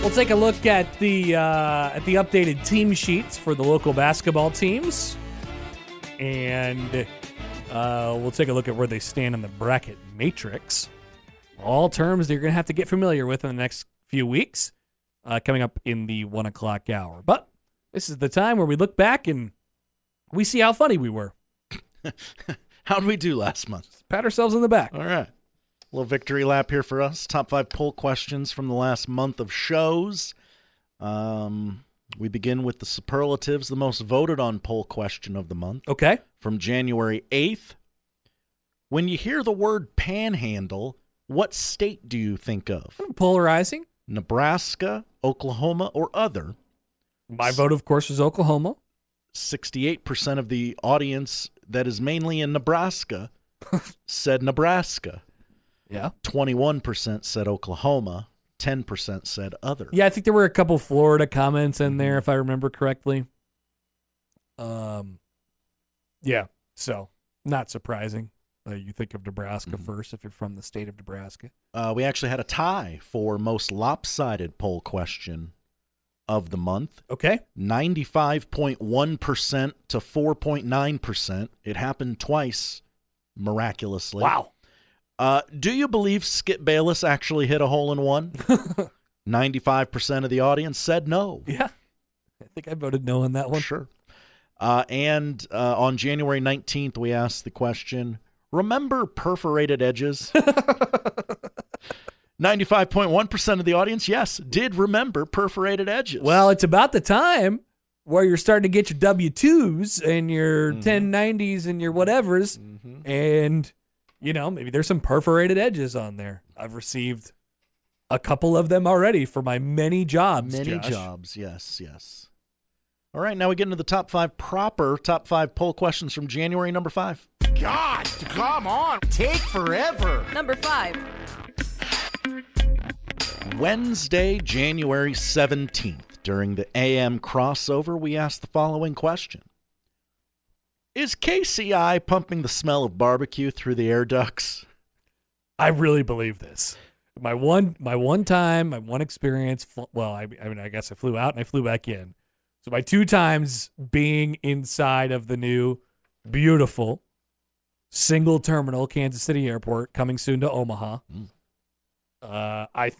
We'll take a look at the uh, at the updated team sheets for the local basketball teams, and uh, we'll take a look at where they stand in the bracket matrix. All terms that you're going to have to get familiar with in the next few weeks, uh, coming up in the one o'clock hour. But this is the time where we look back and we see how funny we were. How'd we do last month? Pat ourselves on the back. All right. little victory lap here for us. Top five poll questions from the last month of shows. Um, we begin with the superlatives, the most voted on poll question of the month Okay. from January 8th. When you hear the word panhandle, what state do you think of? Polarizing. Nebraska, Oklahoma, or other? My vote, of course, was Oklahoma. 68% of the audience that is mainly in Nebraska said Nebraska. Yeah. 21% said Oklahoma, 10% said other. Yeah, I think there were a couple Florida comments in there, if I remember correctly. Um, yeah, so not surprising. Uh, you think of Nebraska first if you're from the state of Nebraska. Uh, we actually had a tie for most lopsided poll question of the month. Okay, 95.1% to 4.9%. It happened twice miraculously. wow, Uh, do you believe Skip Bayless actually hit a hole in one? 95% of the audience said no. yeah, I think I voted no on that one. Sure. Uh, and uh, on January 19th, we asked the question Remember perforated edges? 95.1% of the audience, yes, did remember perforated edges. Well, it's about the time where you're starting to get your W twos and Mm-hmm. your 1090s and your whatevers, and you know maybe there's some perforated edges on there. I've received a couple of them already for my many jobs. many Josh. jobs. Yes, yes. All right, now we get into the top five proper top five poll questions from January number five. God, come on. Take forever. Number five. Wednesday, January 17th, during the AM crossover, we asked the following question Is KCI pumping the smell of barbecue through the air ducts? I really believe this. My one, my one time, my one experience. fl- Well, I, I mean, I guess I flew out and I flew back in. So my two times being inside of the new, beautiful, single terminal Kansas City Airport, coming soon to Omaha. Uh, I,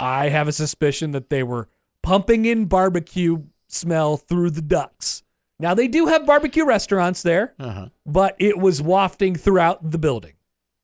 I have a suspicion that they were pumping in barbecue smell through the ducts. Now they do have barbecue restaurants there, Uh-huh. but it was wafting throughout the building.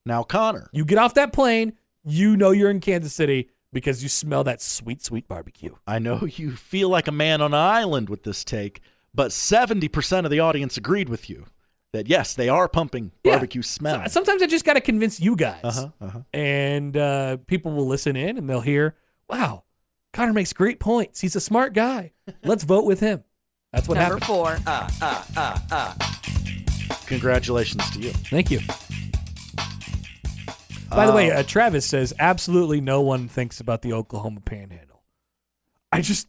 Now, Connor, You get off that plane, you know you're in Kansas City because you smell that sweet, sweet barbecue. I know you feel like a man on an island with this take, but 70% of the audience agreed with you that yes, they are pumping Yeah. barbecue smell. So- uh, Sometimes I just got to convince you guys. uh-huh, uh-huh. And uh, people will listen in and they'll hear, wow, Connor makes great points. He's a smart guy. Let's vote with him. That's what number happened. four. Congratulations to you. Thank you. By the way, Um, uh, Travis says absolutely no one thinks about the Oklahoma Panhandle. I just,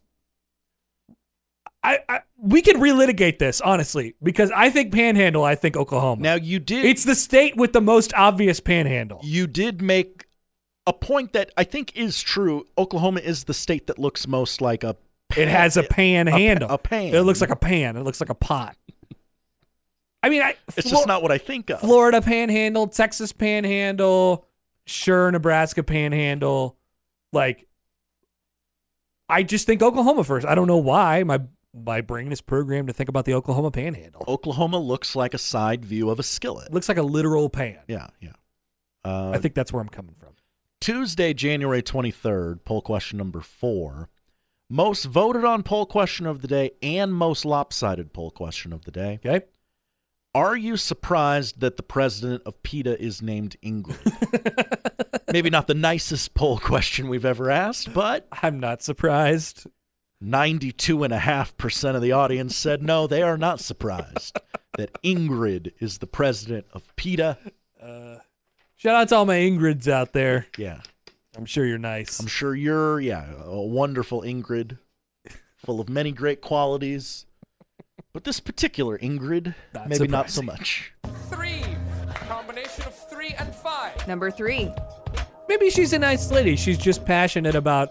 I, I we can relitigate this honestly because I think Panhandle, I think Oklahoma. Now, you did. It's the state with the most obvious panhandle. You did make a point that I think is true. Oklahoma is the state that looks most like a. It has a panhandle. a pan. It looks like a pan. It looks like a pot. I mean, I, It's Flo- just not what I think of. Florida panhandle, Texas panhandle, sure, Nebraska panhandle. Like, I just think Oklahoma first. I don't know why my my brain is programmed to think about the Oklahoma panhandle. Oklahoma looks like a side view of a skillet. It looks like a literal pan. Yeah, yeah. Uh, I think that's where I'm coming from. Tuesday, January 23rd, poll question number four. Most voted on poll question of the day and most lopsided poll question of the day. Okay. Are you surprised that the president of PETA is named Ingrid? Maybe not the nicest poll question we've ever asked, but I'm not surprised. 92.5% of the audience said no, they are not surprised that Ingrid is the president of PETA. Shout out to all my Ingrids out there. Yeah. I'm sure you're nice. I'm sure you're, yeah, a wonderful Ingrid, full of many great qualities. But this particular Ingrid, Not maybe not so surprising. much. Three. Combination of three and five. Number three. Maybe she's a nice lady. She's just passionate about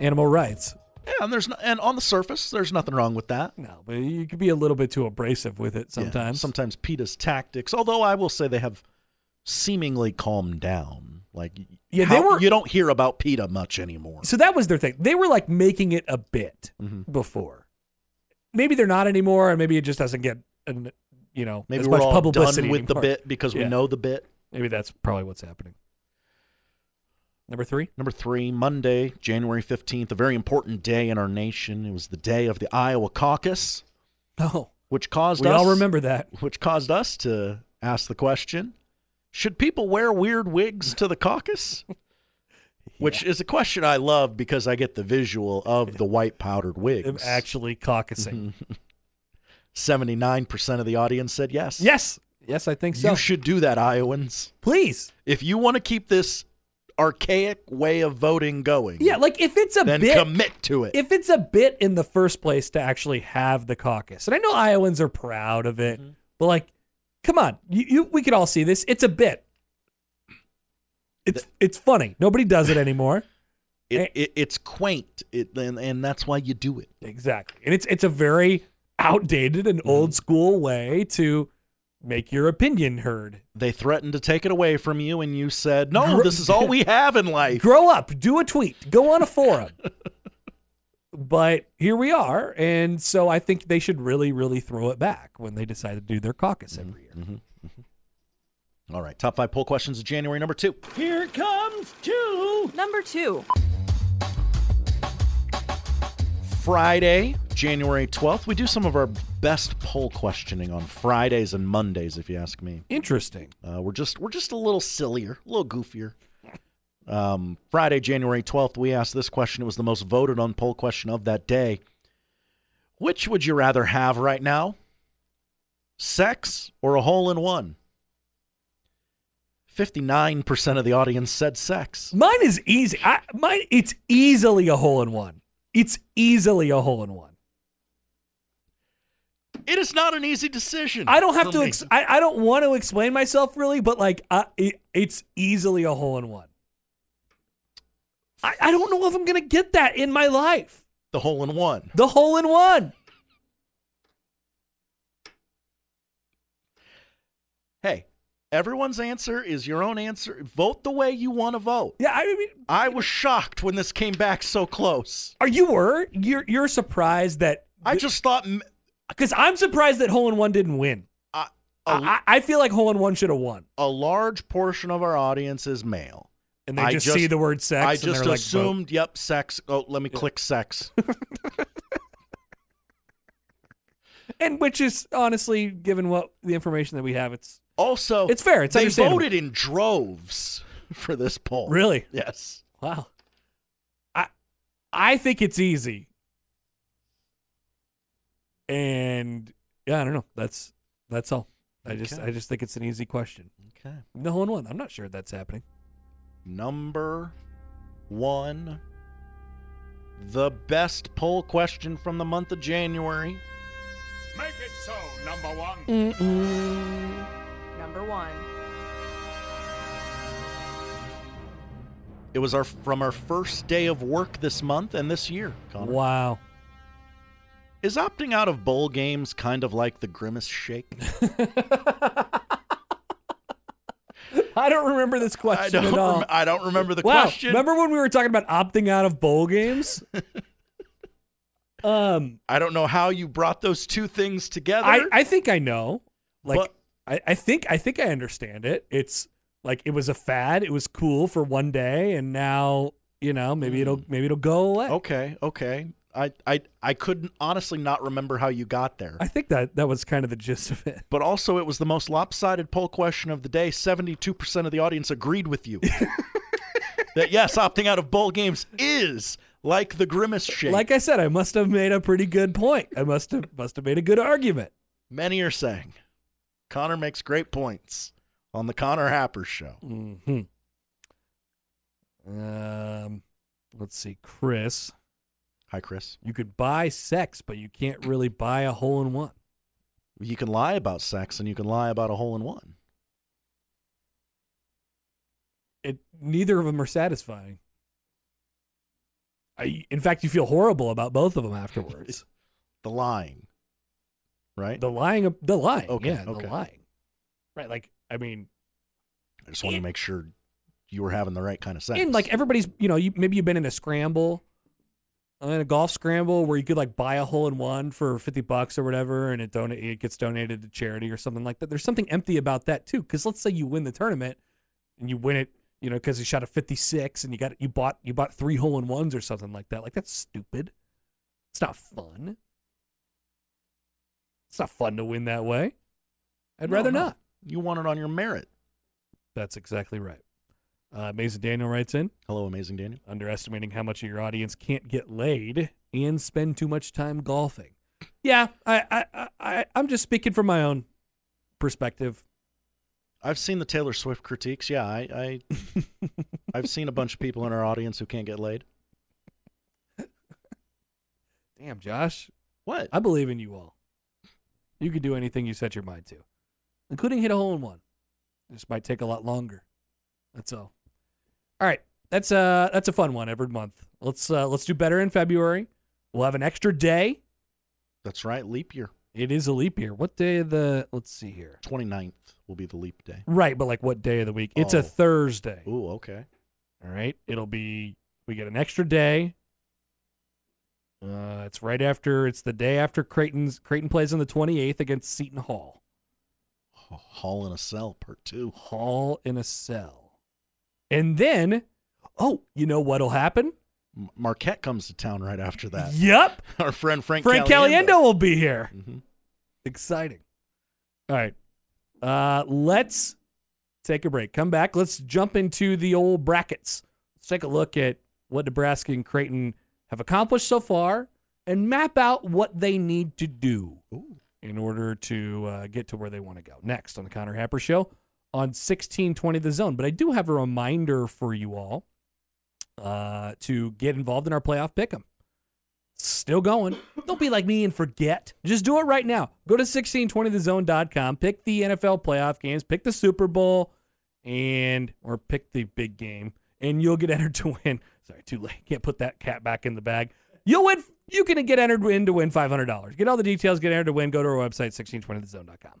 animal rights. Yeah, and there's no, and on the surface, there's nothing wrong with that. Yeah, No, but you could be a little bit too abrasive with it sometimes. sometimes PETA's tactics, although I will say they have seemingly calmed down. Like, Yeah, how- they were- You don't hear about PETA much anymore. So that was their thing. They were like making it a bit Mm-hmm. before. Maybe they're not anymore, and maybe it just doesn't get, an, you know, Maybe as we're much all done with publicity the anymore. bit because we Yeah. know the bit. Maybe that's probably what's happening. Number three. Number three, Monday, January 15th, a very important day in our nation. It was the day of the Iowa caucus, Oh, which caused we us all remember that. which caused us to ask the question, should people wear weird wigs to the caucus? Which is a question I love because I get the visual of the white powdered Them wigs. actually Mm-hmm. caucusing. 79% of the audience said yes. Yes, yes, I think so. You should do that, Iowans. Please, If you want to keep this archaic way of voting going, yeah, like if it's a then bit, commit to it. if it's a bit in the first place to actually have the caucus, and I know Iowans are proud of it, but like, come on, you, you we could all see this. It's a bit. It's it's funny. Nobody does it anymore. it, it it's quaint it and, and that's why you do it exactly, and it's it's a very outdated and old school way to make your opinion heard. they threatened to take it away from you and you said no this is all we have in life Grow up, do a tweet, go on a forum. but here we are, and so I think they should really, really throw it back when they decide to do their caucus every year. all right top five poll questions of january number two Number two. friday january 12th we do some of our best poll questioning on fridays and mondays if you ask me Interesting. Uh, we're just we're just a little sillier, a little goofier. Um, Friday, January twelfth, we asked this question. It was the most voted on poll question of that day. Which would you rather have right now? Sex or a hole in one? Fifty nine percent of the audience said sex. Mine is easy. I, mine, it's easily a hole in one. It's easily a hole in one. It is not an easy decision. I don't have for to. me. Ex- I, I don't want to explain myself really, but like, I, it, it's easily a hole in one. I, I don't know if I'm gonna get that in my life. the hole in one. The hole in one. Hey, everyone's answer is your own answer. Vote the way you want to vote. Yeah, I mean, I was shocked when this came back so close. Are you were you're you're surprised that I just thought m- because I'm surprised that hole in one didn't win. I- a- I I- I feel like hole in one should have won, a large portion of our audience is male. and they I just, see the word sex. I and they're just like, assumed, yep, sex. Oh, let me click sex. vote. and which is honestly, given what the information that we have, it's Also, It's fair, it's Oh, they understandable. voted in droves for this poll. Really? Yes. wow. I I think it's easy, and yeah, I don't know. That's that's all. I just Okay. I just think it's an easy question. Okay. The hole in one. I'm not sure that's happening. Number one, the best poll question from the month of January. Make it so, number one. Mm. Number one. It was our from our first day of work this month and this year. Connor. Wow. Is opting out of bowl games kind of like the grimace shake? I don't remember this question I don't. at all. rem- I don't remember the wow. question. Remember when we were talking about opting out of bowl games? um, I don't know how you brought those two things together. I, I think I know. Like, But- I, I think I think I understand it. It's like it was a fad. It was Hmm. cool for one day, and now you know maybe it'll maybe it'll go away. okay, okay. I, I I couldn't honestly not remember how you got there. I think that that was kind of the gist of it. But also, it was the most lopsided poll question of the day. Seventy-two percent of the audience agreed with you that yes, opting out of bowl games is like the grimace shake. Like I said, I must have made a pretty good point. I must have must have made a good argument. many are saying, Connor makes great points on the Connor Happer show. hmm Um, let's see, Chris. Hi, Chris. You could buy sex, but you can't really buy a hole in one. You can lie about sex, and you can lie about a hole in one. It neither of them are satisfying. I, in fact, you feel horrible about both of them afterwards. The lying, right? the lying, the lying, Okay, yeah, okay. the lying, right? Like, I mean, I just wanted to make sure you were having the right kind of sex. And like everybody's, you know, you, maybe you've been in a scramble, uh, in a golf scramble where you could like buy a hole in one for fifty bucks or whatever, and it don- it gets donated to charity or something like that. There's something empty about that too, because let's say you win the tournament and you win it, you know, because you shot a fifty six and you got you bought you bought three hole in ones or something like that. Like that's stupid. It's not fun. It's not fun to win that way. I'd No, rather no. not. You want it on your merit. That's exactly right. Uh, Mason Daniel writes in. Hello, amazing Daniel. underestimating how much of your audience can't get laid and spend too much time golfing. Yeah, I, I, I- I, I'm just speaking from my own perspective. I've seen the Taylor Swift critiques. Yeah, I, I I've seen a bunch of people in our audience who can't get laid. Damn, Josh, What? I believe in you all. You can do anything you set your mind to, including hit a hole in one. This might take a lot longer. That's all. All right, that's uh that's a fun one every month. Let's uh, let's do better in February. We'll have an extra day. That's right. Leap year. It is a leap year. What day of the? Let's see here. 29th will be the leap day. Right, but like what day of the week? It's Oh. a Thursday. Ooh, okay. All right. It'll be we get an extra day. Uh, it's right after it's the day after Creighton's Creighton plays on the 28th against Seton Hall. Hall in a cell part two. Hall in a cell. And then oh, you know what'll happen? M- Marquette comes to town right after that. Yep. Our friend Frank. Frank Caliendo. will be here. hmm Exciting. All right. Uh let's take a break. Come back. Let's jump into the old brackets. Let's take a look at what Nebraska and Creighton have accomplished so far and map out what they need to do in order to uh, get to where they want to go. Next on the Connor Happer Show on 1620 The Zone. But I do have a reminder for you all uh, to get involved in our playoff pick 'em. Still going. Don't be like me and forget. Just do it right now. Go to 1620thezone.com, pick the NFL playoff games, pick the Super Bowl, and or pick the big game, and you'll get entered to win. Sorry, too late. Can't put that cat back in the bag. You'll win. You can get entered in to win $500. Get all the details, get entered to win. Go to our website, 1620thezone.com.